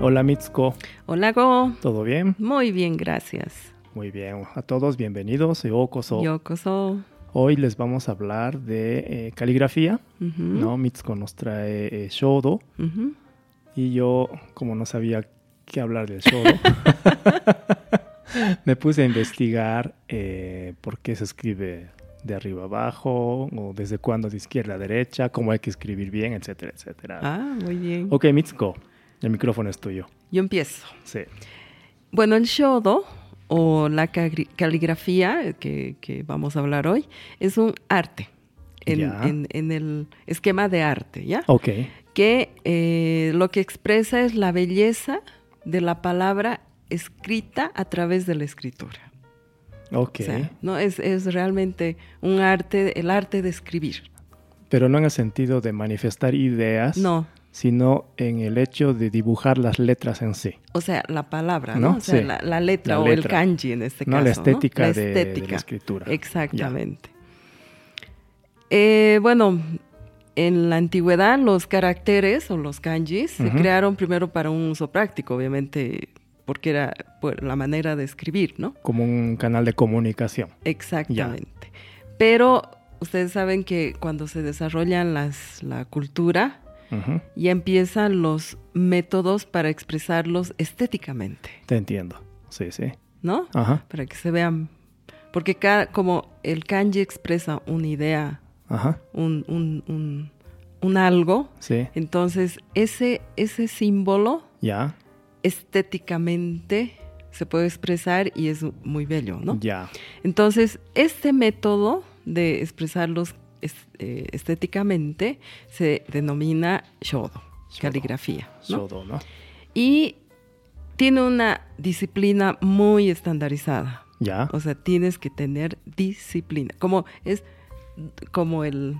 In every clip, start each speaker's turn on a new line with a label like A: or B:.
A: Hola Mitsuko,
B: Hola, Go.
A: ¿todo bien?
B: Muy bien, gracias.
A: Muy bien, a todos bienvenidos. Yo, Koso.
B: Yokoso.
A: Hoy les vamos a hablar de eh, caligrafía,
B: Ujú,
A: ¿no? Mitsuko nos trae eh, shodo
B: ujú.
A: y yo, como no sabía qué hablar del shodo, me puse a investigar eh, por qué se escribe de arriba abajo o desde cuándo de izquierda a derecha, cómo hay que escribir bien, etcétera, etcétera.
B: Ah, muy bien.
A: Ok, Mitsuko, el micrófono es tuyo.
B: Yo empiezo.
A: Sí.
B: Bueno, el shodo o la cagri- caligrafía eh, que, que vamos a hablar hoy es un arte en,
A: Ya. Oh.
B: en- en el esquema de arte, ¿ya?
A: Ok,
B: Que eh, lo que expresa es la belleza de la palabra escrita a través de la escritura.
A: ok.
B: O sea, no es, es realmente un arte, el arte de escribir.
A: Pero no en el sentido de manifestar ideas,
B: No,
A: sino en el hecho de dibujar las letras en sí.
B: o sea, la palabra, ¿no?
A: ¿No?
B: O sea,
A: Sí.
B: la, la letra
A: La
B: o el
A: letra.
B: kanji en este
A: No,
B: caso.
A: la estética,
B: La
A: de- de, la
B: estética.
A: escritura.
B: Exactamente. Eh, bueno, en la antigüedad los caracteres o los kanjis se
A: Ujú.
B: crearon primero para un uso práctico, obviamente, porque era por la manera de escribir, ¿no?
A: Ya, como un canal de comunicación.
B: Exactamente. Pero ustedes saben que cuando se desarrollan las, la cultura,
A: Ujú,
B: ya empiezan los métodos para expresarlos estéticamente,
A: Te entiendo. Sí, sí.
B: ¿no?
A: Ajá,
B: Para que se vean. Porque cada, como el kanji expresa una idea,
A: ajá.
B: un, un- un- un algo,
A: Sí,
B: entonces ese, ese símbolo
A: ya,
B: estéticamente se puede expresar y es muy bello, ¿no?
A: ya.
B: Entonces, este método de expresarlos es- eh, estéticamente se denomina shodo,
A: Shodo.
B: caligrafía. ¿no?
A: Shodo, ¿no?
B: Y tiene una disciplina muy estandarizada.
A: Ya,
B: O sea, tienes que tener disciplina. Como es como el,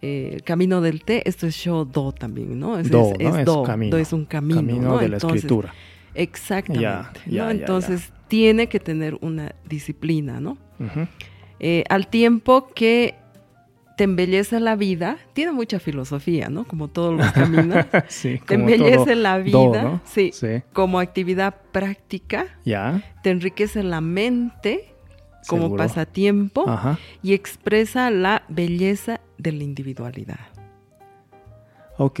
B: eh, el camino del té, esto es shodo también, ¿no? Es,
A: Do,
B: es-
A: ¿no?
B: es
A: Es
B: do,
A: camino.
B: do es un camino.
A: camino
B: ¿no?
A: de la
B: Entonces,
A: escritura.
B: Exactamente.
A: Ya, ya,
B: ¿no?
A: ya,
B: Entonces, tiene que tener una disciplina, ¿no?
A: Ujú,
B: Eh, al tiempo que te embellece la vida, tiene mucha filosofía, ¿no? Como todos los caminos.
A: sí,
B: te
A: como
B: embellece
A: todo
B: la vida,
A: do, ¿no?
B: sí.
A: Sí,
B: Como actividad práctica,
A: ya.
B: te enriquece la mente como
A: seguro. Ah,
B: pasatiempo
A: Ajá.
B: y expresa la belleza de la individualidad.
A: Ok,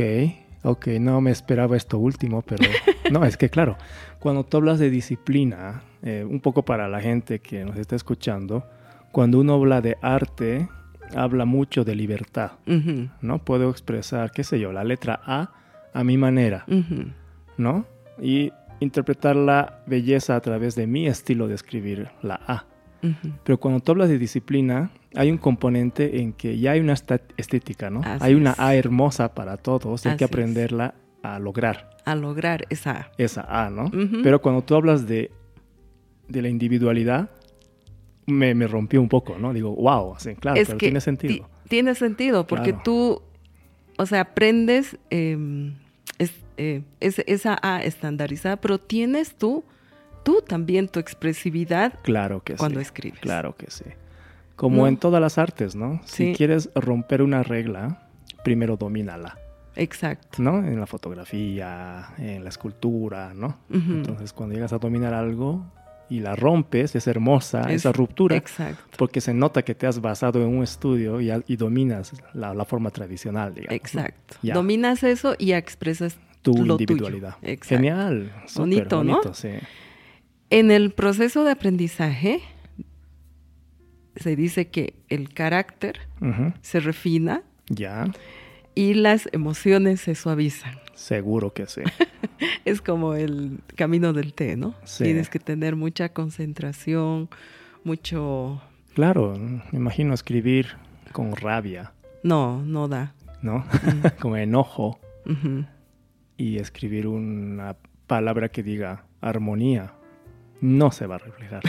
A: ok, no me esperaba esto último, pero no, es que claro, cuando tú hablas de disciplina, eh, un poco para la gente que nos está escuchando, cuando uno habla de arte, habla mucho de libertad,
B: Ujú,
A: ¿no? Puedo expresar, qué sé yo, la letra A a mi manera,
B: ujú.
A: ¿no? Y interpretar la belleza a través de mi estilo de escribir la A.
B: Ujú.
A: Pero cuando tú hablas de disciplina, hay un componente en que ya hay una esta- estética, ¿no?
B: Así
A: hay una
B: es.
A: A hermosa para todos, y hay
B: Así
A: que
B: es.
A: aprenderla a lograr
B: A lograr esa.
A: esa A, ¿no?
B: Ujú.
A: Pero cuando tú hablas de, de la individualidad, me, me rompió un poco, ¿no? Digo, wow, sí, claro, pero tiene
B: ti-
A: sentido.
B: Tiene sentido, porque
A: Claro.
B: tú, o sea, aprendes eh, es- eh, es- esa A estandarizada, pero tienes tú, tú también tu expresividad
A: Claro que
B: cuando
A: Pues sí.
B: escribes.
A: Claro que sí. Como
B: No.
A: en todas las artes, ¿no?
B: Sí.
A: Si quieres romper una regla, primero domínala,
B: Exacto.
A: ¿no? En la fotografía, en la escultura, ¿no?
B: Ujú.
A: Entonces, cuando llegas a dominar algo y la rompes, es hermosa
B: Es-
A: ah, esa ruptura,
B: Exacto.
A: porque se nota que te has basado en un estudio y, al- y dominas la, la forma tradicional, digamos. ¿no?
B: Exacto.
A: Ya.
B: Dominas eso y expresas
A: Tu
B: lo
A: individualidad.
B: tuyo. Exacto.
A: Genial. súper
B: Bonito, ¿no?
A: bonito, sí.
B: En el proceso de aprendizaje se dice que el carácter
A: Ujú.
B: se refina
A: Ya,
B: y las emociones se suavizan.
A: seguro que sí.
B: Es como el camino del té, ¿no?
A: Sí.
B: Tienes que tener mucha concentración, mucho...
A: Claro, me imagino escribir con rabia,
B: No, no da.
A: ¿no? con enojo
B: Ujú.
A: y escribir una palabra que diga armonía. No se va a reflejar,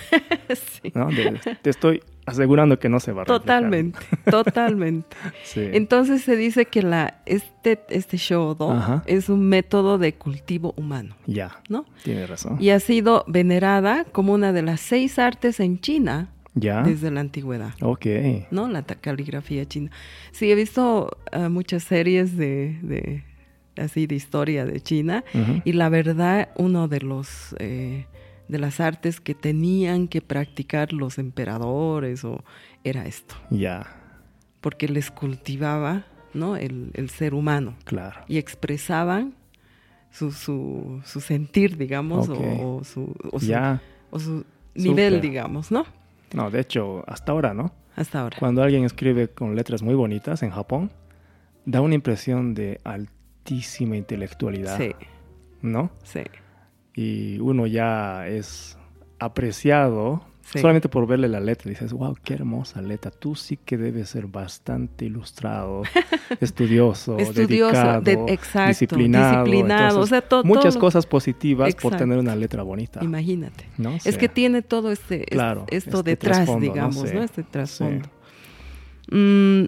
B: Sí.
A: ¿no? De- te estoy asegurando que no se va a reflejar.
B: Totalmente, totalmente.
A: Sí.
B: Entonces se dice que la, este, este shodo
A: Ajá.
B: es un método de cultivo humano,
A: ya,
B: ¿no?
A: tiene razón.
B: Y ha sido venerada como una de las seis artes en China
A: ya.
B: desde la antigüedad.
A: Ok.
B: ¿no? La ta- caligrafía china. Sí, he visto ah, muchas series de, de así de historia de China.
A: Ujú.
B: Y la verdad, uno de los eh, de las artes que tenían que practicar los emperadores o era esto,
A: Ya,
B: porque les cultivaba, ¿no? El, el ser humano
A: claro.
B: y expresaban su, su, su sentir, digamos, o-
A: Ok.
B: o, su, o su-
A: Ya.
B: o su nivel,
A: Súper.
B: digamos, ¿no?
A: No, de hecho, hasta ahora, ¿no?
B: Hasta ahora.
A: Cuando alguien escribe con letras muy bonitas en Japón, da una impresión de altísima intelectualidad,
B: Sí,
A: ¿no?
B: sí,
A: Y uno ya es apreciado
B: Sí.
A: solamente por verle la letra. Dices, wow, qué hermosa letra. Tú sí que debes ser bastante ilustrado, estudioso,
B: Estudioso,
A: dedicado,
B: de- exacto,
A: disciplinado.
B: disciplinado,
A: Entonces,
B: o sea, to-
A: muchas
B: todo-
A: cosas positivas por
B: Exacto.
A: tener una letra bonita.
B: imagínate.
A: ¿no?
B: Es
A: Sí.
B: que tiene todo este, es-
A: Claro,
B: esto
A: este
B: detrás,
A: trasfondo, ¿no?
B: digamos,
A: Sí,
B: ¿no? Este trasfondo. Mm,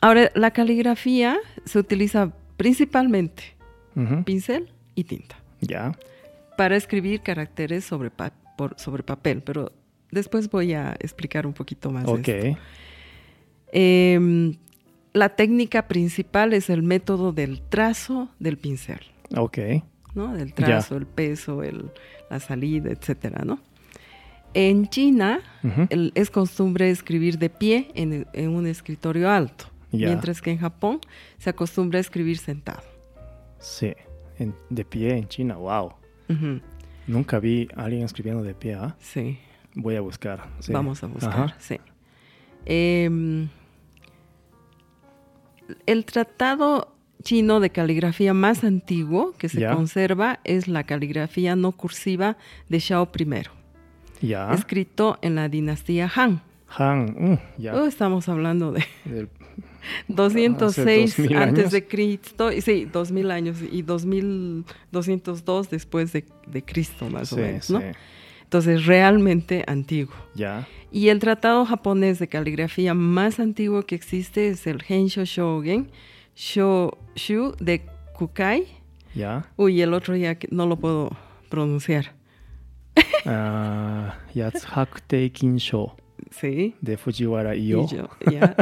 B: ahora, la caligrafía se utiliza principalmente
A: Ujú.
B: pincel y tinta
A: Ya,
B: para escribir caracteres sobre, pa- por- sobre papel, pero después voy a explicar un poquito más. de
A: ok.
B: esto. Em, la técnica principal es el método del trazo del pincel.
A: Ok,
B: ¿no? Del
A: Ya.
B: trazo, el peso, el- la salida, etcétera, ¿no? En China
A: Ujú.
B: el- es costumbre escribir de pie en, en un escritorio alto,
A: Ya.
B: mientras que en Japón se acostumbra escribir sentado.
A: sí. En- de pie en China, wow.
B: Ujú,
A: Nunca vi a alguien escribiendo de pie, ¿ah?
B: Sí,
A: Voy a buscar. sí.
B: vamos a buscar,
A: Ajá.
B: sí. Em, el tratado chino de caligrafía más antiguo que se
A: Ya.
B: conserva es la caligrafía no cursiva de Shao I,
A: Ya.
B: escrito en la dinastía Han.
A: Han, mm, ya.
B: Oh, estamos hablando de
A: Del-
B: 206
A: 2000
B: antes
A: años.
B: de Cristo, y sí, 2000 años y 2202 después de, de Cristo más o
A: sí,
B: menos, ¿no?
A: sí.
B: Entonces, realmente antiguo.
A: Ya.
B: Y el tratado japonés de caligrafía más antiguo que existe es el Hensho Shougen Shoshu de Kukai.
A: Ya.
B: Uy, el otro ya que no lo puedo pronunciar.
A: Ah, Yatsukakutei Kinsho
B: Sí.
A: de Fujiwara
B: y
A: Iyo.
B: yo, ya.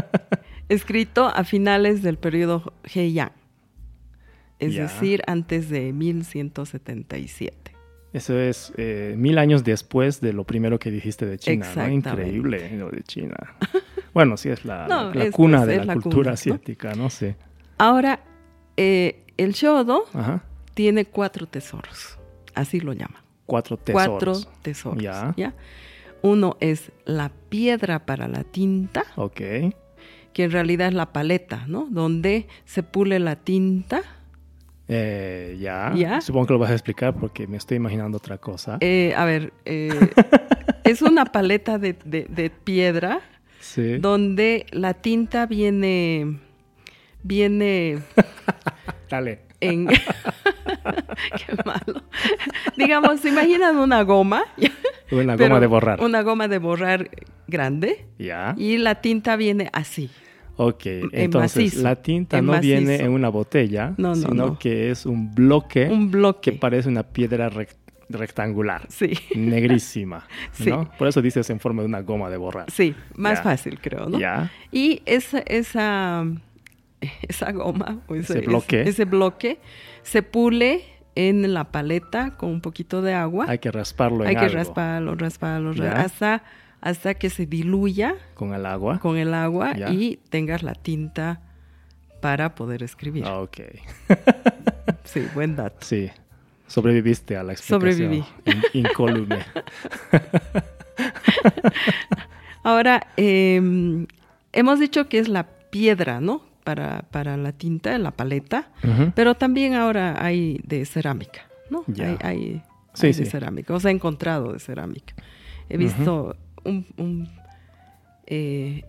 B: Escrito a finales del periodo Heian, es
A: Ya.
B: decir, antes de 1177.
A: Eso es eh, mil años después de lo primero que dijiste de China. ¿no?
B: Exactamente.
A: Increíble lo de China. Bueno, sí, es la,
B: No,
A: la
B: es,
A: cuna
B: pues,
A: de
B: es
A: la,
B: la
A: cultura
B: cuna, ¿no?
A: asiática, ¿no? sé
B: Ahora, eh, el Shodo
A: Ajá.
B: tiene cuatro tesoros, así lo llaman.
A: Cuatro tesoros.
B: Cuatro tesoros.
A: Ya.
B: ¿ya? Uno es la piedra para la tinta,
A: Ok.
B: que en realidad es la paleta, ¿no? Donde se pule la tinta.
A: Eh, ya.
B: Ya.
A: Supongo que lo vas a explicar porque me estoy imaginando otra cosa.
B: Eh, a ver, eh, es una paleta de- de- de piedra.
A: sí.
B: donde la tinta viene viene
A: Dale.
B: en qué malo digamos se imaginan una goma
A: Una
B: pero
A: goma de borrar. Ah.
B: una goma de borrar grande
A: Ya.
B: y la tinta viene así
A: Ok, entonces
B: Eh, macizo,
A: la tinta
B: en
A: no viene
B: macizo.
A: en una botella,
B: No, no,
A: sino
B: no.
A: que es un bloque
B: un
A: ¿Eh? que
B: bloque
A: parece una piedra rec- rectangular,
B: sí
A: negrísima,
B: Sí.
A: ¿no? Por eso dices en forma de una goma de borrar.
B: sí más
A: Ya.
B: fácil creo no
A: Ya,
B: y esa esa esa goma o ese,
A: Ese bloque.
B: ese bloque se pule en la paleta con un poquito de agua
A: hay que rasparlo en
B: Hay que
A: algo,
B: rasparlo, rasparlo, ra-
A: Ya.
B: hasta, hasta que se diluya
A: con el agua.
B: con el agua
A: Ya.
B: y tengas la tinta para poder escribir.
A: Ah, Ok,
B: Sí, buen dato.
A: sí, sobreviviste a la explicación.
B: Sobreviví.
A: In- incólume.
B: Ahora, em, hemos dicho que es la piedra, ¿no? Para, para la tinta, la paleta,
A: Ujú.
B: pero también ahora hay de cerámica, ¿no?
A: Ya.
B: Hay, hay-
A: Sí,
B: hay de
A: sí.
B: cerámica, o sea, he encontrado de cerámica. He visto un... un, eh,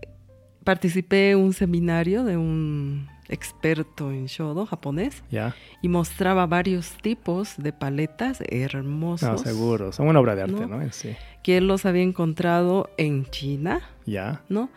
B: participé en un seminario de un experto en shodo japonés
A: Ya,
B: y mostraba varios tipos de paletas
A: no,
B: hermosos
A: Ah, seguro, son una obra de arte,
B: No.
A: ¿no? En sí,
B: que él los había encontrado en China,
A: ya.
B: ¿no?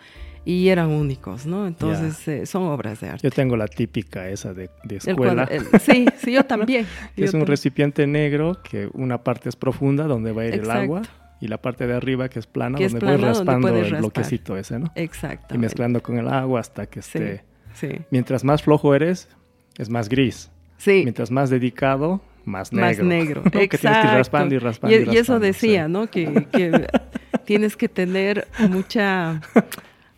B: Y eran únicos, ¿no? Entonces eh, son obras de arte.
A: Yo tengo la típica esa de, de
B: El
A: escuela.
B: cuadro- el- sí, sí, yo también.
A: que
B: yo
A: es un
B: tam-
A: recipiente negro que una parte es profunda donde va a ir el
B: Exacto.
A: agua y la parte de arriba que es plana
B: Que es
A: donde voy
B: plana, donde
A: raspando el
B: puedes raspar.
A: bloquecito ese, ¿no? Y
B: Exactamente.
A: mezclando con el agua hasta que
B: Sí,
A: esté...
B: sí,
A: Mientras más flojo eres, es más gris.
B: Sí.
A: Mientras más dedicado, más negro.
B: Más negro.
A: ¿no? Que tienes que ir
B: Exacto.
A: raspando y raspando.
B: Y- e-, y eso
A: raspando,
B: decía,
A: sí.
B: ¿no? Que, que tienes que tener mucha,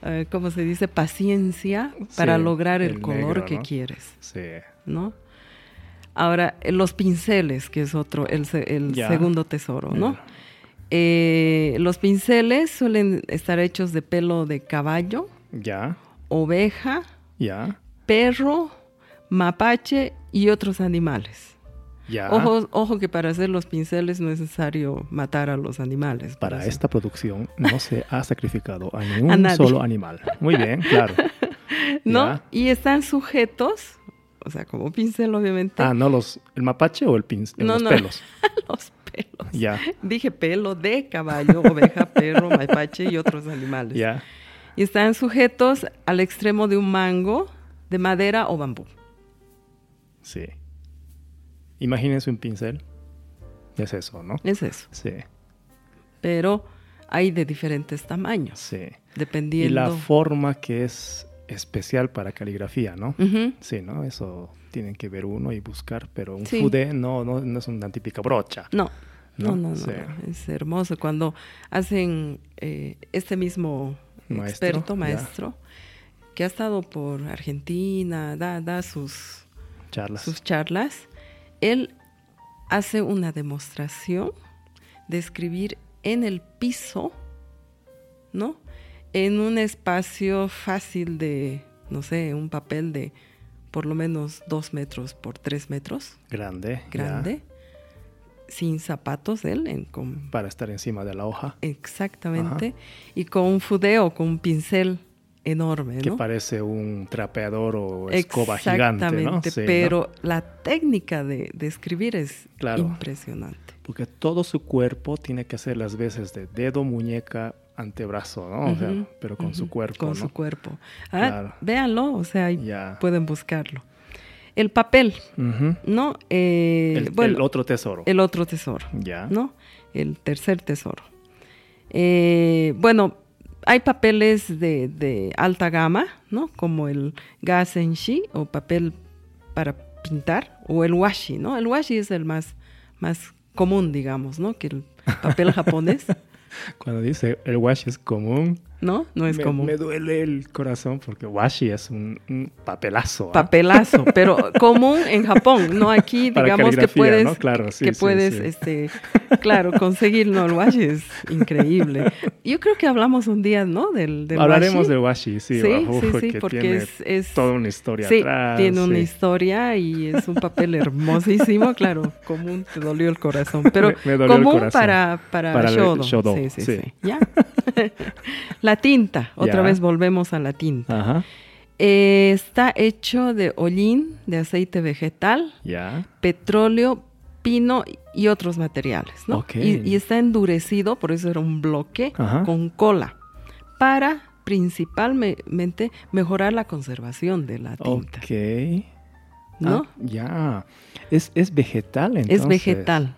B: eh, ¿cómo se dice? Paciencia para
A: Sí,
B: lograr el,
A: el
B: color
A: negro,
B: que
A: ¿no?
B: quieres,
A: Sí.
B: ¿no? Ahora, eh, los pinceles, que es otro, el, se- el
A: Ya.
B: segundo tesoro, ¿no?
A: Ya.
B: Eh, los pinceles suelen estar hechos de pelo de caballo,
A: Ya,
B: oveja,
A: ya,
B: perro, mapache y otros animales.
A: ya.
B: Ojo, ojo que para hacer los pinceles no es necesario matar a los animales.
A: Para
B: eso.
A: esta producción no se ha sacrificado a ningún
B: nadie.
A: solo animal. Muy bien, claro.
B: ¿No?
A: Ya.
B: Y están sujetos, o sea, como pincel obviamente,
A: Ah, no los el mapache o el pin,
B: No,
A: los
B: no.
A: pelos.
B: los pelos.
A: Ya,
B: Dije pelo de caballo, oveja, perro, mapache y otros animales.
A: ya.
B: Y están sujetos al extremo de un mango de madera o bambú.
A: Sí. Imagínense un pincel. Es eso, ¿no?
B: Es eso.
A: Sí,
B: Pero hay de diferentes tamaños,
A: sí. Y
B: dependiendo.
A: la forma que es especial para caligrafía, ¿no?
B: Ujú.
A: Sí, ¿no? Eso tienen que ver uno y buscar, pero un
B: Sí.
A: fudé no, no, no es una típica brocha.
B: No, no,
A: ¿no?
B: no, no,
A: Sí.
B: no, es hermoso. Cuando hacen eh, este mismo
A: Maestro, ya.
B: experto, maestro, que ha estado por Argentina, da, da sus,
A: Charlas.
B: Mm. sus charlas, él hace una demostración de escribir en el piso, ¿no? En un espacio fácil de, no sé, un papel de por lo menos dos metros por tres metros
A: Grande. ya,
B: grande, sin zapatos él, en, con-
A: para estar encima de la hoja.
B: exactamente, y con un fudeo, con un pincel enorme,
A: Que
B: Este, ¿no?
A: parece un trapeador o escoba gigante, ¿no?
B: Exactamente,
A: Sí, ¿no?
B: pero la técnica de, de escribir es
A: Claro.
B: impresionante.
A: Porque todo su cuerpo tiene que hacer las veces de dedo, muñeca, antebrazo, ¿no? O sea,
B: Ujú,
A: pero con su
B: ujú,
A: cuerpo,
B: Con
A: ¿no?
B: su cuerpo. Pues, Ah,
A: Claro.
B: Véanlo, o sea, ahí
A: Ya.
B: pueden buscarlo. El papel,
A: Ujú.
B: ¿no? Eh,
A: el,
B: bueno,
A: el otro tesoro.
B: el otro tesoro.
A: ya.
B: ¿no? El tercer tesoro. Eh, bueno, hay papeles de, de alta gama, ¿no? Como el gazenshi o papel para pintar o el washi, ¿no? El washi es el más, más común, digamos, ¿no? Que el papel japonés,
A: Cuando dice el washi es común,
B: ¿no? No es
A: me,
B: común.
A: me duele el corazón porque washi es un, un papelazo. ¿ah?
B: papelazo, pero común en Japón, no aquí
A: Para
B: digamos que
A: caligrafía,
B: puedes
A: ¿no? Claro, sí,
B: que
A: sí,
B: puedes
A: sí.
B: este claro, conseguir no el washi es increíble. Yo creo que hablamos un día, ¿no? del del
A: Hablaremos
B: washi.
A: del washi, sí,
B: Sí,
A: bajo,
B: sí, sí,
A: que
B: porque
A: tiene
B: es- es-
A: toda una historia
B: Sí,
A: atrás.
B: tiene una
A: sí.
B: historia y es un papel hermosísimo, claro, común te dolió el corazón, pero
A: Me- me dolió el
B: común
A: corazón.
B: para para,
A: Para el
B: shodo.
A: shodo,
B: Sí, sí,
A: sí.
B: sí. Ya. la tinta, otra
A: Ya. Ah.
B: vez volvemos a la tinta.
A: Ajá,
B: Eh, está hecho de hollín, de aceite vegetal,
A: ya.
B: petróleo, pino y otros materiales, ¿no?
A: Ok.
B: Y, y está endurecido, por eso era un bloque,
A: Ajá.
B: con cola, para principalmente mejorar la conservación de la tinta,
A: Ok.
B: ¿no?
A: Ah, ya. Es, es vegetal, entonces.
B: es vegetal,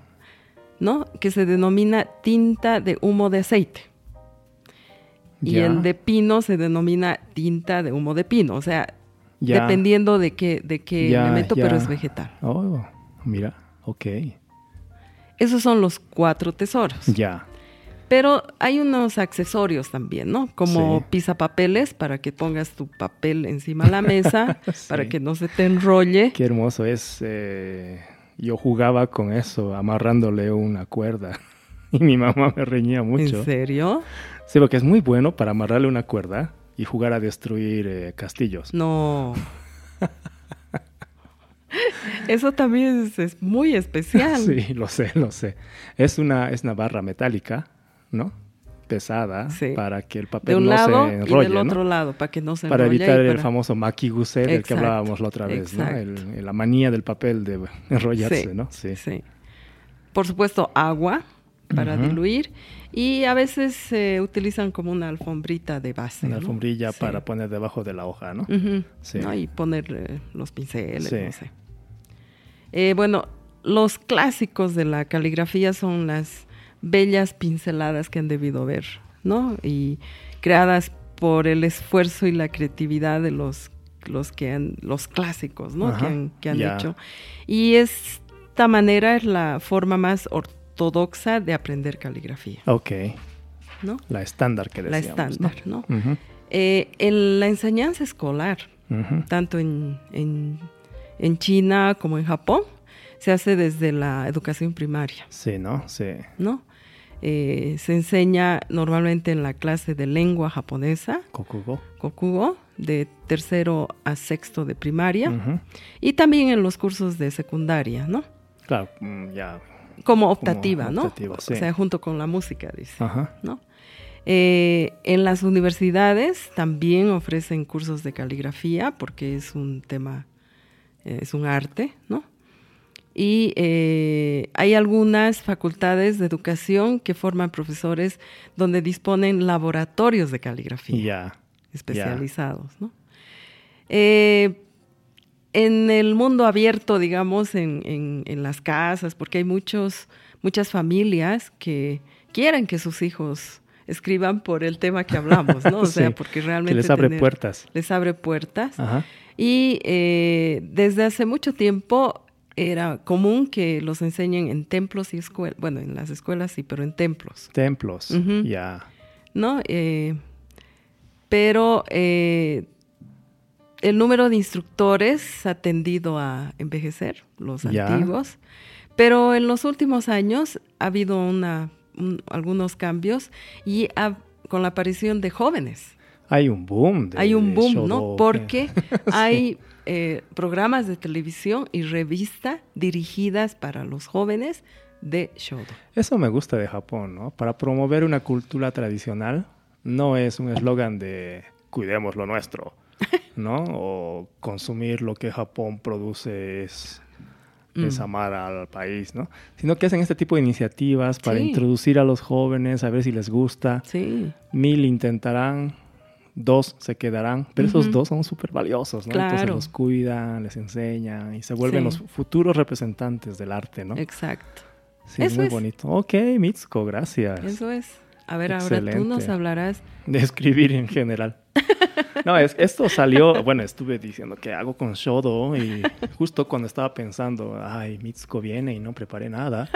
B: ¿no? Que se denomina tinta de humo de aceite. Y
A: Ya,
B: el de pino se denomina tinta de humo de pino, o sea,
A: ya.
B: dependiendo de qué, de qué
A: Ya,
B: elemento, pero
A: ya.
B: es vegetal.
A: Oh, mira, ok.
B: Esos son los cuatro tesoros.
A: Ya.
B: Pero hay unos accesorios también, ¿no? Como
A: Sí.
B: pisapapeles para que pongas tu papel encima de la mesa, para
A: Sí.
B: que no se te enrolle.
A: Qué hermoso es. eh, yo jugaba con eso, amarrándole una cuerda. Y mi mamá me reñía mucho.
B: ¿En serio?
A: Sí, porque es muy bueno para amarrarle una cuerda y jugar a destruir eh, castillos.
B: No. Eso también es, es muy especial.
A: Sí, lo sé, lo sé. Es una, es una barra metálica, ¿no? Pesada
B: Sí.
A: para que el
B: De
A: papel
B: un
A: no
B: lado
A: se
B: y
A: enrolle,
B: del
A: ¿no?
B: otro lado, para que no se
A: Para
B: enrolle. y
A: evitar el
B: para-
A: famoso makiguse del que
B: Exacto,
A: hablábamos la otra vez, ¿no?
B: exacto.
A: El- la manía del papel de enrollarse,
B: Sí,
A: ¿no? Sí.
B: sí. Por supuesto, agua para
A: Ujú.
B: diluir. Y a veces se utilizan como una alfombrita de base.
A: Una
B: ¿no?
A: alfombrilla
B: Sí.
A: para poner debajo de la hoja, ¿no?
B: Ujú,
A: Sí.
B: ¿no? Y poner eh, los pinceles,
A: Sí.
B: no sé. Eh, bueno, los clásicos de la caligrafía son las bellas pinceladas que han debido ver, ¿no? Y creadas por el esfuerzo y la creatividad de los los que han, los clásicos, ¿no?
A: Ajá,
B: que han, que han
A: ya.
B: hecho. Y esta manera es la forma más ortodoxa de aprender caligrafía,
A: Ok,
B: ¿no?
A: la estándar que
B: La
A: decíamos.
B: estándar, ¿no?
A: ¿no? Ujú,
B: Eh, en la enseñanza escolar,
A: ujú.
B: tanto en, en- en China como en Japón, se hace desde la educación primaria.
A: Sí, ¿no? Sí.
B: ¿no? Eh, se enseña normalmente en la clase de lengua japonesa,
A: Kokugo.
B: kokugo, de tercero a sexto de primaria,
A: Ujú.
B: y también en los cursos de secundaria, ¿no?
A: Claro, mm, ya.
B: Como optativa, ¿no?
A: optativa, sí.
B: O sea, junto con la música, dice,
A: Ajá.
B: ¿no? Eh, en las universidades también ofrecen cursos de caligrafía porque es un tema, eh, es un arte, ¿no? Y eh, hay algunas facultades de educación que forman profesores donde disponen laboratorios de caligrafía
A: Ya.
B: especializados, ¿no? Eh, en el mundo abierto, digamos, en, en- en las casas, porque hay muchos, muchas familias que quieren que sus hijos escriban por el tema que hablamos, Pues, ¿no? O
A: Sí,
B: sea, porque realmente...
A: Que les abre
B: tener-
A: puertas. Ah.
B: Les abre puertas.
A: Ajá.
B: Y eh, desde hace mucho tiempo era común que los enseñen en templos y escuelas, bueno, en las escuelas sí, pero en templos.
A: Templos.
B: Ujú.
A: Ya.
B: ¿no? Eh, pero eh, el número de instructores ha tendido a envejecer, los
A: Ya.
B: antiguos, pero en los últimos años ha habido una, un- algunos cambios y ha- con la aparición de jóvenes.
A: Hay un boom. de-
B: hay un
A: de
B: boom,
A: shodo-
B: ¿no? Porque hay eh, programas de televisión y revistas dirigidas para los jóvenes de Shodo.
A: Eso me gusta de Japón, ¿no? Para promover una cultura tradicional no es un eslogan de cuidemos lo nuestro, ¿no? O consumir lo que Japón produce es, es
B: Mm.
A: amar al país, ¿no? Sino que hacen este tipo de iniciativas para
B: Sí.
A: introducir a los jóvenes, a ver si les gusta.
B: Sí.
A: Mil intentarán, dos se quedarán, pero esos
B: Ujú.
A: dos son súper valiosos, ¿no? Entonces
B: Claro.
A: los cuidan, les enseñan y se vuelven
B: Sí.
A: los futuros representantes del arte, ¿no?
B: Exacto.
A: Sí, es
B: Eso
A: muy
B: es.
A: bonito. Ok, Mitsuko, gracias.
B: Eso es. A ver, ahora tú
A: Excelente.
B: nos hablarás.
A: De escribir en general. No, es, esto salió, bueno, estuve diciendo que hago con Shodo y justo cuando estaba pensando, ay, Mitsuko viene y no preparé nada,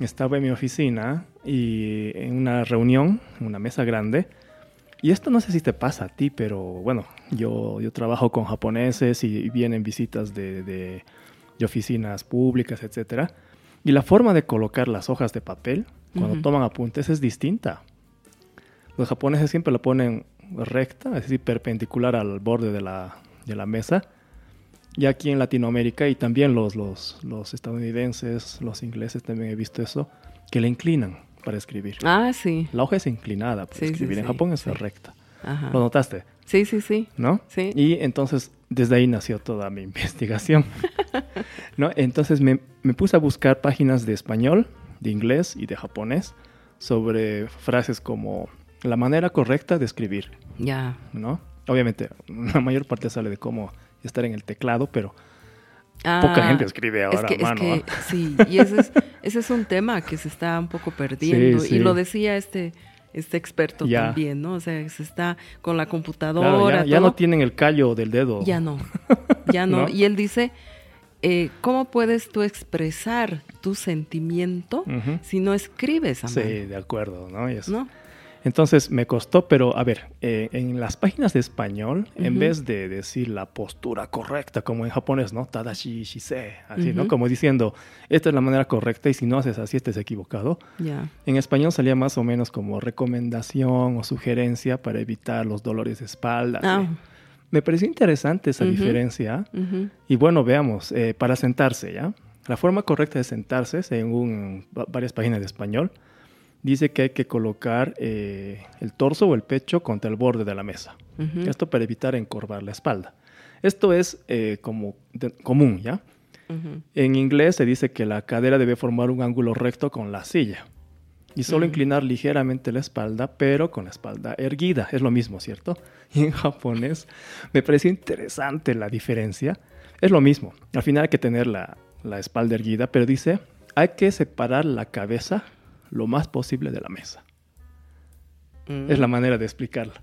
A: estaba en mi oficina y en una reunión, en una mesa grande, y esto no sé si te pasa a ti, pero bueno, yo, yo trabajo con japoneses y vienen visitas de, de- de oficinas públicas, etc. Y la forma de colocar las hojas de papel cuando
B: Ujú.
A: toman apuntes es distinta. Los japoneses siempre la ponen recta, es decir, perpendicular al borde de la, de la mesa. Y aquí en Latinoamérica y también los, los, los estadounidenses, los ingleses también he visto eso, que la inclinan para escribir.
B: Ah, sí.
A: La hoja es inclinada para
B: Sí, sí,
A: escribir. en
B: sí,
A: Japón es
B: sí. Ah.
A: recta.
B: Ajá.
A: Lo notaste,
B: Sí, sí, sí.
A: ¿no?
B: Sí.
A: Y entonces desde ahí nació toda mi investigación. ¿No? Entonces me, me puse a buscar páginas de español, de inglés y de japonés sobre frases como la manera correcta de escribir,
B: Ya.
A: ¿no? Obviamente la mayor parte sale de cómo estar en el teclado, pero
B: Ah,
A: poca gente escribe ahora
B: es que,
A: a mano.
B: es
A: ¿ah?
B: que, sí, y ese es, ese es un tema que se está un poco perdiendo.
A: Sí, sí.
B: Y lo decía este, este experto
A: Ya.
B: también, ¿no? O sea, se está con la computadora.
A: Claro, ya, ya
B: todo.
A: no tienen el callo del dedo.
B: Ya no, ya no.
A: ¿No?
B: Y él dice, eh, ¿cómo puedes tú expresar tu sentimiento
A: Ujú.
B: si no escribes a
A: Mm. Sí,
B: mano?
A: de acuerdo, ¿no? Y es-
B: ¿No?
A: Entonces me costó, pero a ver, eh, en las páginas de español, en
B: Ujú.
A: vez de decir la postura correcta, como en japonés, ¿no? Tadashi shise, así, ¿no?
B: Ujú.
A: Como diciendo, esta es la manera correcta y si no haces así, estés equivocado.
B: Ya.
A: En español salía más o menos como recomendación o sugerencia para evitar los dolores de espalda.
B: Ah,
A: ¿sí? Me pareció interesante esa
B: Ujú.
A: diferencia.
B: ujú.
A: Y bueno, veamos, eh, para sentarse, ¿ya? La forma correcta de sentarse, según va- varias páginas de español, dice que hay que colocar eh, el torso o el pecho contra el borde de la mesa.
B: Ujú.
A: Esto para evitar encorvar la espalda. Esto es eh, como de- común, ¿ya?
B: Ujú.
A: En inglés se dice que la cadera debe formar un ángulo recto con la silla y solo
B: Ujú.
A: inclinar ligeramente la espalda, pero con la espalda erguida. Es lo mismo, ¿cierto? Y en japonés me pareció interesante la diferencia. Es lo mismo. Al final hay que tener la, la espalda erguida, pero dice, hay que separar la cabeza lo más posible de la mesa.
B: Mm.
A: Es la manera de explicarla.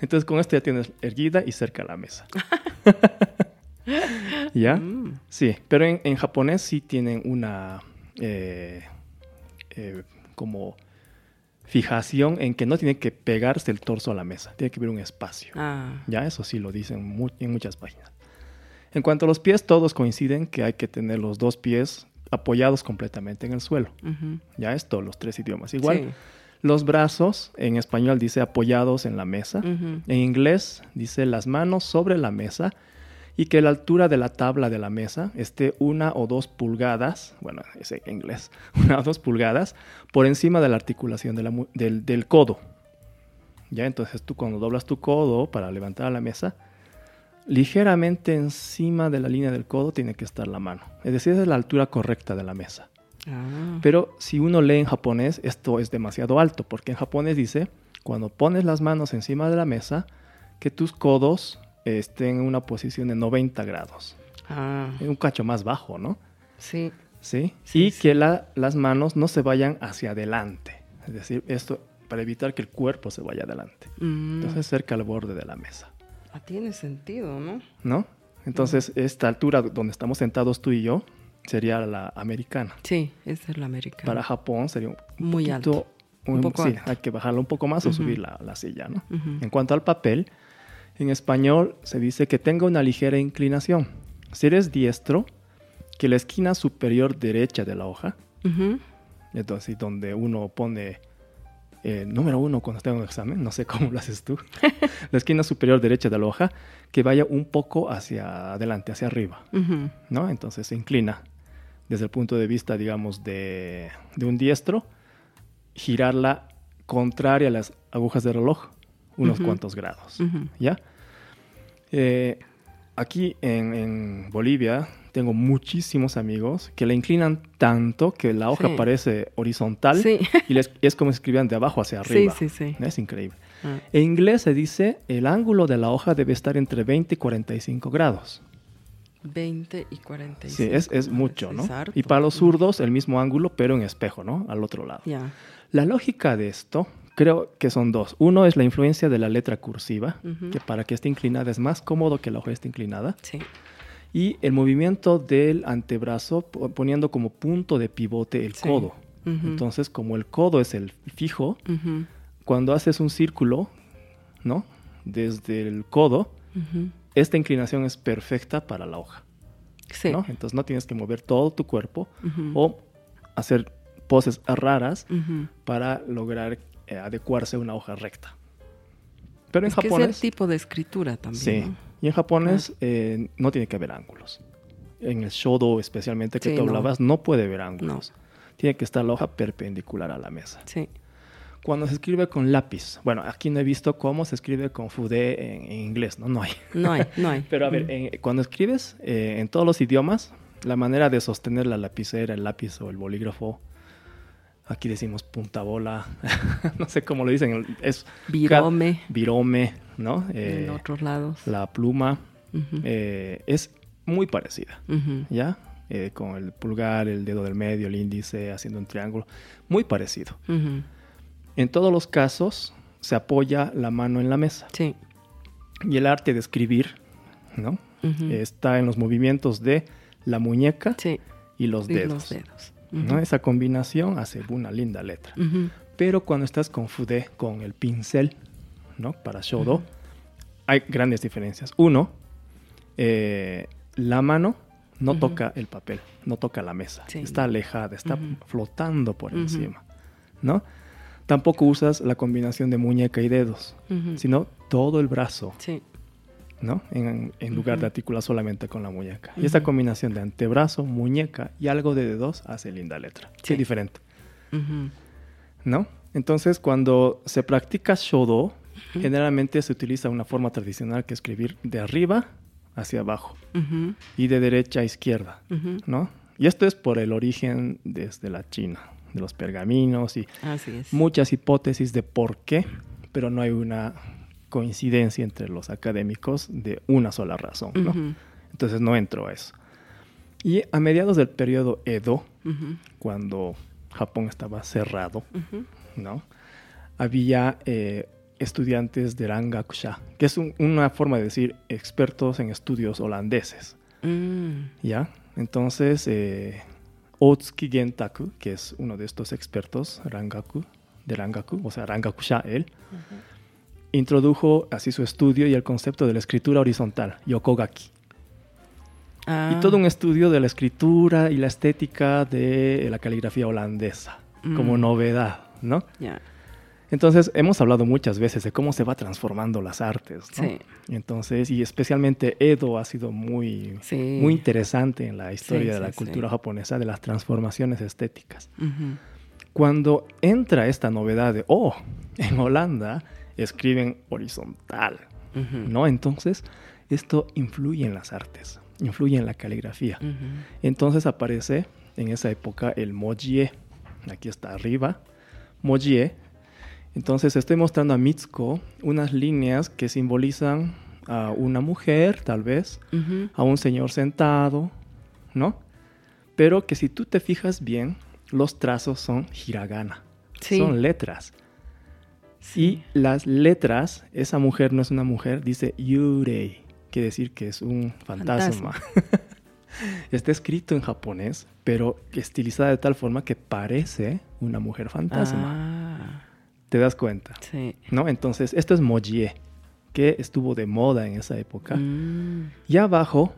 A: Entonces con esto ya tienes erguida y cerca la mesa. ¿Ya?
B: Mm.
A: Sí, pero en, en japonés sí tienen una eh, eh, como fijación en que no tiene que pegarse el torso a la mesa, tiene que haber un espacio.
B: Ah,
A: Ya eso sí lo dicen mu- en muchas páginas. En cuanto a los pies, todos coinciden que hay que tener los dos pies apoyados completamente en el suelo.
B: ujú.
A: Ya esto, los tres idiomas. Igual,
B: Sí.
A: los brazos, en español dice apoyados en la mesa.
B: Ujú.
A: En inglés dice las manos sobre la mesa y que la altura de la tabla de la mesa esté una o dos pulgadas, bueno, es en inglés, una o dos pulgadas por encima de la articulación de la mu- del, del codo. Ya, entonces tú cuando doblas tu codo para levantar la mesa, ligeramente encima de la línea del codo tiene que estar la mano. Es decir, esa es la altura correcta de la mesa.
B: Ah,
A: Pero si uno lee en japonés, esto es demasiado alto, porque en japonés dice, cuando pones las manos encima de la mesa, que tus codos eh, estén en una posición de 90 grados.
B: ah,
A: Es un cacho más bajo, ¿no?
B: sí.
A: ¿Sí?
B: Sí,
A: y
B: sí.
A: que la- las manos no se vayan hacia adelante. Es decir, esto para evitar que el cuerpo se vaya adelante.
B: Mm.
A: Entonces cerca al borde de la mesa,
B: Ah, tiene sentido, ¿no?
A: ¿no? Entonces esta altura donde estamos sentados tú y yo sería la americana.
B: Sí, esa es la americana.
A: Para Japón sería un
B: Muy alto.
A: Un,
B: Un poco
A: sí,
B: alto.
A: hay que bajarlo un poco más o
B: Ujú.
A: subir la, la silla, ¿no?
B: Ujú.
A: En cuanto al papel, en español se dice que tenga una ligera inclinación. Si eres diestro, que la esquina superior derecha de la hoja,
B: Ujú.
A: entonces donde uno pone eh, número uno cuando está en un examen, no sé cómo lo haces tú, la esquina superior derecha de la hoja, que vaya un poco hacia adelante, hacia arriba.
B: Ujú.
A: ¿no? Entonces se inclina desde el punto de vista, digamos, de, de un diestro, girarla contraria a las agujas del reloj, unos
B: Ujú.
A: cuantos grados,
B: Ujú.
A: ¿ya? Eh, aquí en, en Bolivia tengo muchísimos amigos que la inclinan tanto que la hoja
B: Sí.
A: parece horizontal
B: Sí.
A: y les- es como si escribieran de abajo hacia arriba. ¿Eh?
B: Sí, sí, sí.
A: Es increíble.
B: Ah,
A: En inglés se dice el ángulo de la hoja debe estar entre 20 y 45 grados.
B: 20 y 45.
A: Sí, es, es mucho,
B: Es
A: ¿no?
B: harto.
A: Y para los zurdos, el mismo ángulo, pero en espejo, ¿no? Al otro lado.
B: Ya.
A: La lógica de esto creo que son dos. Uno es la influencia de la letra cursiva,
B: Ujú.
A: que para que esté inclinada es más cómodo que la hoja esté inclinada.
B: Sí.
A: Y el movimiento del antebrazo po- poniendo como punto de pivote el
B: Sí.
A: codo.
B: Ujú.
A: Entonces, como el codo es el fijo,
B: Ujú.
A: cuando haces un círculo, ¿no? Desde el codo,
B: Ujú.
A: esta inclinación es perfecta para la hoja.
B: Sí.
A: ¿no? Entonces no tienes que mover todo tu cuerpo
B: Ujú.
A: o hacer poses raras
B: Ujú.
A: para lograr eh, adecuarse a una hoja recta. Pero en
B: Es que es
A: japonés,
B: el tipo de escritura también.
A: sí,
B: ¿no? Ah.
A: y en japonés eh, no tiene que haber ángulos. En el shodo especialmente que
B: Sí,
A: tú
B: no.
A: hablabas no. puede haber ángulos. Tiene que estar la hoja perpendicular a la mesa.
B: Sí.
A: Cuando se escribe con lápiz, bueno, aquí no he visto cómo se escribe con fude en, en inglés, no, no hay.
B: No hay, no hay.
A: Pero a ver, en- cuando escribes eh, en todos los idiomas, la manera de sostener la lapicera, el lápiz o el bolígrafo, aquí decimos punta bola, no sé cómo lo dicen, es
B: Virome
A: ca- virome, ¿no? Eh,
B: en otros lados.
A: la pluma
B: Ujú.
A: eh, es muy parecida,
B: Ujú.
A: ¿ya? Eh, con el pulgar, el dedo del medio, el índice, haciendo un triángulo, muy parecido.
B: Ujú.
A: En todos los casos se apoya la mano en la mesa
B: Sí.
A: y el arte de escribir, ¿no?
B: Ujú.
A: está en los movimientos de la muñeca
B: Sí.
A: y los
B: Y
A: dedos.
B: los dedos.
A: ¿no?
B: Ujú.
A: Esa combinación hace una linda letra.
B: Ujú.
A: Pero cuando estás con Fude, con el pincel, ¿no? Para Shodo, hay grandes diferencias. Uno, eh, la mano no
B: Ujú.
A: toca el papel, no toca la mesa.
B: Sí.
A: Está alejada, está
B: Ujú.
A: flotando por
B: Ujú.
A: encima, ¿no? Tampoco usas la combinación de muñeca y dedos,
B: Ujú.
A: sino todo el brazo.
B: Sí.
A: ¿no? En, en lugar
B: Ujú.
A: de articular solamente con la muñeca. Y esta
B: Ujú.
A: combinación de antebrazo, muñeca y algo de dedos hace linda letra. Qué
B: Sí.
A: diferente,
B: Ujú.
A: ¿no? Entonces, cuando se practica shodo,
B: Ujú.
A: generalmente se utiliza una forma tradicional que escribir de arriba hacia abajo
B: Ujú.
A: y de derecha a izquierda,
B: Ujú.
A: ¿no? Y esto es por el origen desde la China, de los pergaminos y
B: Así es.
A: muchas hipótesis de por qué, pero no hay una coincidencia entre los académicos de una sola razón, ¿no?
B: Ujú.
A: Entonces no entró a eso. Y a mediados del periodo Edo,
B: Ujú.
A: cuando Japón estaba cerrado,
B: Ujú.
A: ¿no? Había eh, estudiantes de Rangaksha, que es un- una forma de decir expertos en estudios holandeses,
B: Mm,
A: ¿ya? Entonces, eh, Otsuki Gentaku, que es uno de estos expertos Rangaku, de Rangaku, o sea, Rangakusha él, introdujo así su estudio y el concepto de la escritura horizontal, Yokogaki.
B: ah,
A: Y todo un estudio de la escritura y la estética de la caligrafía holandesa, como
B: Mm.
A: novedad, ¿no?
B: ya.
A: Entonces, hemos hablado muchas veces de cómo se va transformando las artes, ¿no?
B: Sí.
A: Entonces, y especialmente Edo ha sido muy,
B: Sí.
A: muy interesante en la historia
B: Sí,
A: de la
B: sí,
A: cultura
B: sí.
A: japonesa, de las transformaciones estéticas.
B: Ujú.
A: Cuando entra esta novedad de, oh, en Holanda escriben horizontal,
B: Ujú.
A: ¿no? Entonces, esto influye en las artes, influye en la caligrafía.
B: Ujú.
A: Entonces aparece en esa época el Mojie. Aquí está arriba. Mojie. Entonces estoy mostrando a Mitsuko unas líneas que simbolizan a una mujer, tal vez,
B: Ujú.
A: a un señor sentado, ¿no? Pero que si tú te fijas bien, los trazos son hiragana.
B: Sí.
A: Son letras.
B: Sí.
A: Y las letras, esa mujer no es una mujer, dice Yurei, quiere decir que es un fantasma. Está escrito en japonés, pero estilizada de tal forma que parece una mujer fantasma.
B: Ah,
A: ¿Te das cuenta?
B: sí.
A: ¿No? Entonces, esto es Mojie, que estuvo de moda en esa época.
B: Mm,
A: Y abajo,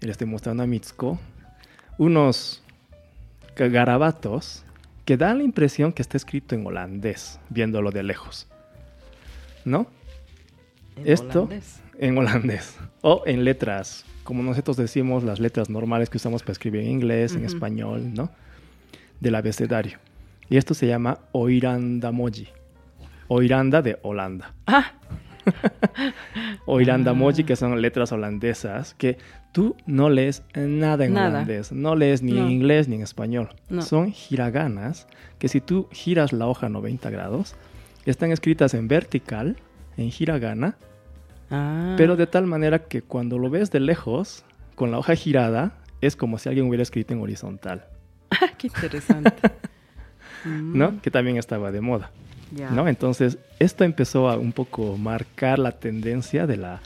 A: le estoy mostrando a Mitsuko, unos ca- garabatos que dan la impresión que está escrito en holandés, viéndolo de lejos. ¿No?
B: en
A: Esto
B: holandés.
A: en holandés. O en letras, como nosotros decimos, las letras normales que usamos para escribir en inglés, en
B: Ujú.
A: español, ¿no? Del abecedario. Y esto se llama Oiranda Moji. Oiranda de Holanda.
B: Ah,
A: Oiranda
B: Ah.
A: Moji, que son letras holandesas, que tú no lees nada en
B: Nada.
A: holandés, no lees ni en
B: No.
A: inglés ni en español.
B: No.
A: Son hiraganas que si tú giras la hoja 90 grados, están escritas en vertical, en hiragana,
B: ah.
A: pero de tal manera que cuando lo ves de lejos, con la hoja girada, es como si alguien hubiera escrito en horizontal,
B: qué interesante.
A: ¿no?
B: Mm,
A: Que también estaba de moda,
B: ya.
A: ¿no? Entonces, esto empezó a un poco marcar la tendencia de la,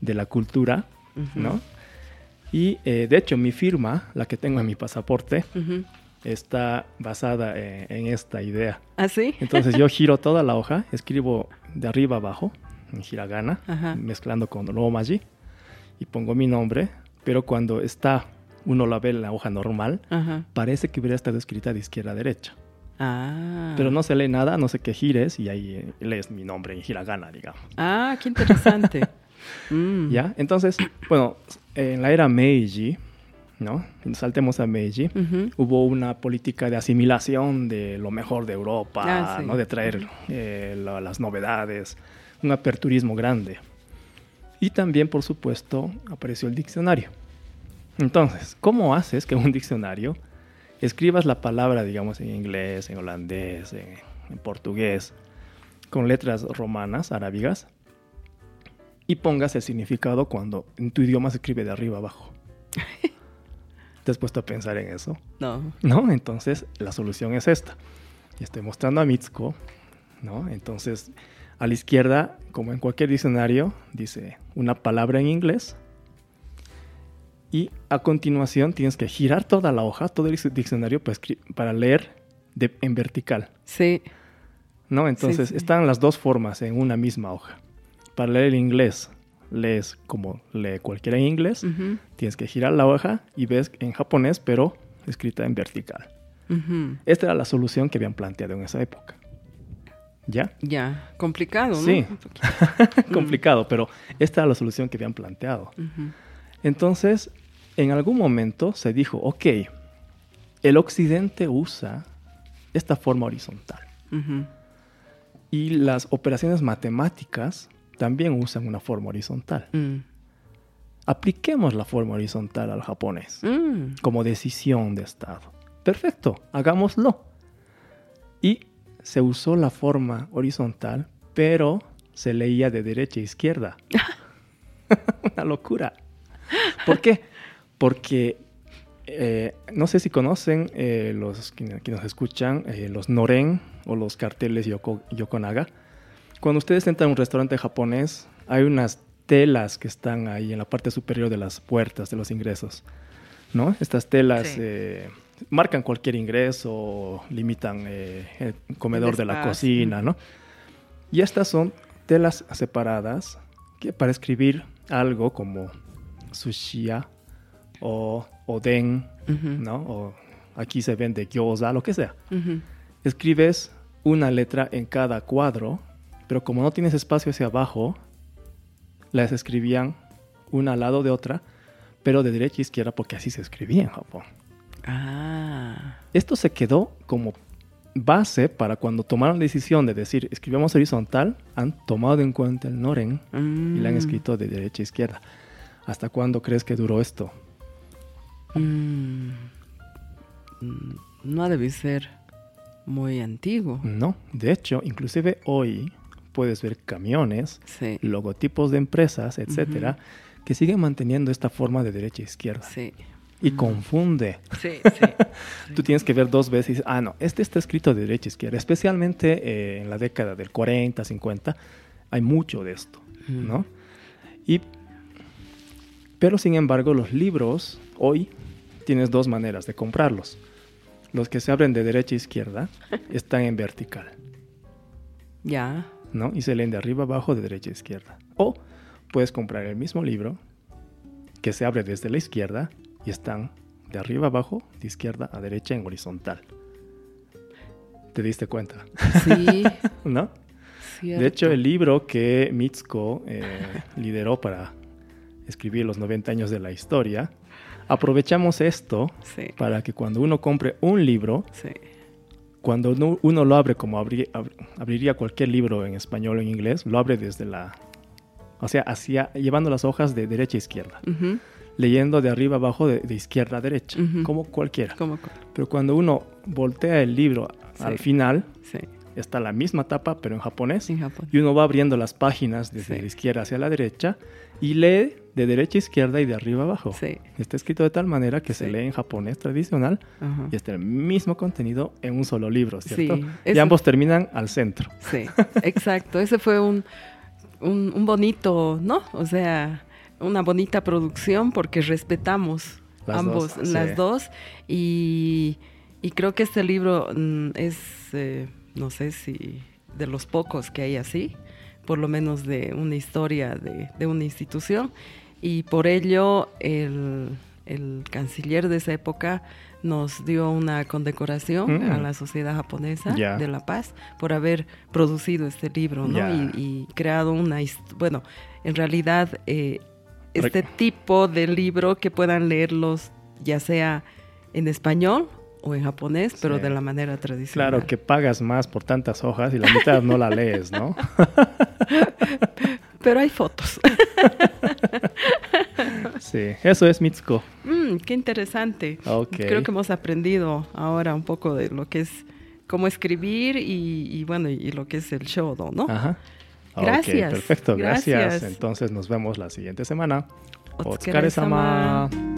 A: de la cultura,
B: Ujú.
A: ¿no? Y eh, de hecho, mi firma, la que tengo en mi pasaporte,
B: Ujú.
A: está basada en, en esta idea.
B: ¿Ah, sí?
A: Entonces, yo giro toda la hoja, escribo de arriba abajo, en hiragana,
B: Ajá.
A: mezclando con romaji y pongo mi nombre, pero cuando está, uno la ve en la hoja normal,
B: Ajá.
A: parece que hubiera estado escrita de izquierda a derecha,
B: Ah.
A: pero no se lee nada, no sé qué gires y ahí eh, lees mi nombre en hiragana, digamos.
B: Ah, qué interesante. Mm.
A: ¿Ya? Entonces, bueno, en la era Meiji, ¿no? Saltemos a Meiji.
B: Ujú.
A: Hubo una política de asimilación de lo mejor de Europa,
B: Ah, sí.
A: ¿no? De traer eh, la- las novedades, un aperturismo grande. Y también, por supuesto, apareció el diccionario. Entonces, ¿cómo haces que en un diccionario escribas la palabra, digamos, en inglés, en holandés, en- en portugués, con letras romanas, arábigas, y pongas el significado cuando en tu idioma se escribe de arriba abajo. ¿Te has puesto a pensar en eso?
B: No.
A: ¿No? Entonces, la solución es esta. Y estoy mostrando a Mitsuko, ¿no? Entonces, a la izquierda, como en cualquier diccionario, dice una palabra en inglés. Y a continuación tienes que girar toda la hoja, todo el diccionario para, escri- para leer de- en vertical.
B: Sí.
A: ¿no? Entonces
B: sí.
A: están las dos formas en una misma hoja. Para leer el inglés, lees como lee cualquiera en inglés,
B: Ujú.
A: tienes que girar la hoja y ves en japonés, pero escrita en vertical.
B: Ujú.
A: Esta era la solución que habían planteado en esa época. ¿Ya?
B: Ya. Complicado, ¿no?
A: Sí.
B: Un poquito.
A: Complicado, pero esta era la solución que habían planteado.
B: Ujú.
A: Entonces, en algún momento se dijo, ok, el occidente usa esta forma horizontal.
B: Ujú.
A: Y las operaciones matemáticas también usan una forma horizontal.
B: Mm.
A: Apliquemos la forma horizontal al japonés
B: Mm.
A: como decisión de Estado. Perfecto, hagámoslo. Y se usó la forma horizontal, pero se leía de derecha a izquierda. una locura. ¿Por qué? Porque eh, no sé si conocen eh, los que, que nos escuchan eh, los noren o los carteles yoko- yokonaga. Cuando ustedes entran a un restaurante japonés, hay unas telas que están ahí en la parte superior de las puertas de los ingresos, ¿no? Estas telas
C: Sí.
A: eh, marcan cualquier ingreso, limitan eh, el comedor de la
B: espacio.
A: cocina, ¿no? Y estas son telas separadas que para escribir algo como sushiya o oden,
B: Ujú,
A: ¿no? O aquí se vende gyoza, lo que sea
B: ujú.
A: escribes una letra en cada cuadro, pero como no tienes espacio hacia abajo, las escribían una al lado de otra, pero de derecha a izquierda porque así se escribía en Japón.
B: Ah,
A: Esto se quedó como base para cuando tomaron la decisión de decir escribamos horizontal, han tomado en cuenta el noren y la han
B: mm,
A: escrito de derecha a izquierda. ¿Hasta cuándo crees que duró esto?
B: mm, mm, no ha de ser muy antiguo.
A: No, de hecho, inclusive hoy puedes ver camiones
B: Sí,
A: logotipos de empresas, etcétera, que siguen manteniendo esta forma de derecha e izquierda
B: sí,
A: y confunde.
B: sí, sí.
A: Tú tienes que ver dos veces, y dices, ah, no, este está escrito de derecha e izquierda, especialmente eh, en la década del 40, 50, hay mucho de esto,
B: Mm.
A: ¿no? Y, pero sin embargo, los libros hoy tienes dos maneras de comprarlos. Los que se abren de derecha e izquierda están en vertical.
B: Ya.
A: ¿no? Y se leen de arriba abajo, de derecha a izquierda. O puedes comprar el mismo libro que se abre desde la izquierda y están de arriba abajo, de izquierda a derecha en horizontal. ¿Te diste cuenta?
B: Sí,
A: ¿No?
B: cierto.
A: De hecho, el libro que Mitsuko eh, lideró para escribir los 90 años de la historia, aprovechamos esto
B: Sí,
A: para que cuando uno compre un libro,
B: sí.
A: cuando uno, uno lo abre como abri- ab- abriría cualquier libro en español o en inglés, lo abre desde la... O sea, hacia, llevando las hojas de derecha a izquierda,
B: Ujú,
A: leyendo de arriba abajo, de, de izquierda a derecha,
B: Ujú.
A: como cualquiera.
B: como co-
A: Pero cuando uno voltea el libro al
B: Sí.
A: final,
B: Sí,
A: está la misma tapa, pero en japonés,
B: en Japón.
A: y uno va abriendo las páginas desde
B: Sí.
A: la izquierda hacia la derecha y lee de derecha a izquierda y de arriba abajo.
B: Sí,
A: Está escrito de tal manera que se
B: Sí.
A: lee en japonés tradicional
B: ajá.
A: y está el mismo contenido en un solo libro, ¿cierto?
B: Sí,
A: Y
B: eso-
A: ambos terminan al centro.
B: Sí, exacto. Ese fue un, un, un bonito, ¿no? O sea, una bonita producción porque respetamos
A: Las
B: ambos,
A: dos,
B: las
A: sí.
B: dos. Y, y creo que este libro mm, es, eh, no sé si de los pocos que hay así, por lo menos de una historia de, de una institución. Y por ello el, el canciller de esa época nos dio una condecoración
A: Mm.
B: a la sociedad japonesa
A: Ya.
B: de la Paz por haber producido este libro, ¿no?
A: Ya.
B: Y, y creado una, his- bueno, en realidad eh, este
A: Re-
B: tipo de libro que puedan leerlos ya sea en español o en japonés, pero
A: Sí.
B: de la manera tradicional.
A: Claro que pagas más por tantas hojas y la mitad no la lees, ¿no?
B: Pero hay fotos.
A: Sí, eso es Mitsuko.
B: Mm, qué interesante.
A: Ok.
B: Creo que hemos aprendido ahora un poco de lo que es cómo escribir y, y bueno, y lo que es el shodo, ¿no?
A: Ajá. Ok,
B: Gracias,
A: perfecto, Oh, gracias.
B: gracias.
A: Entonces nos vemos la siguiente semana.
B: Otsukare-sama.
A: Otsukare-sama.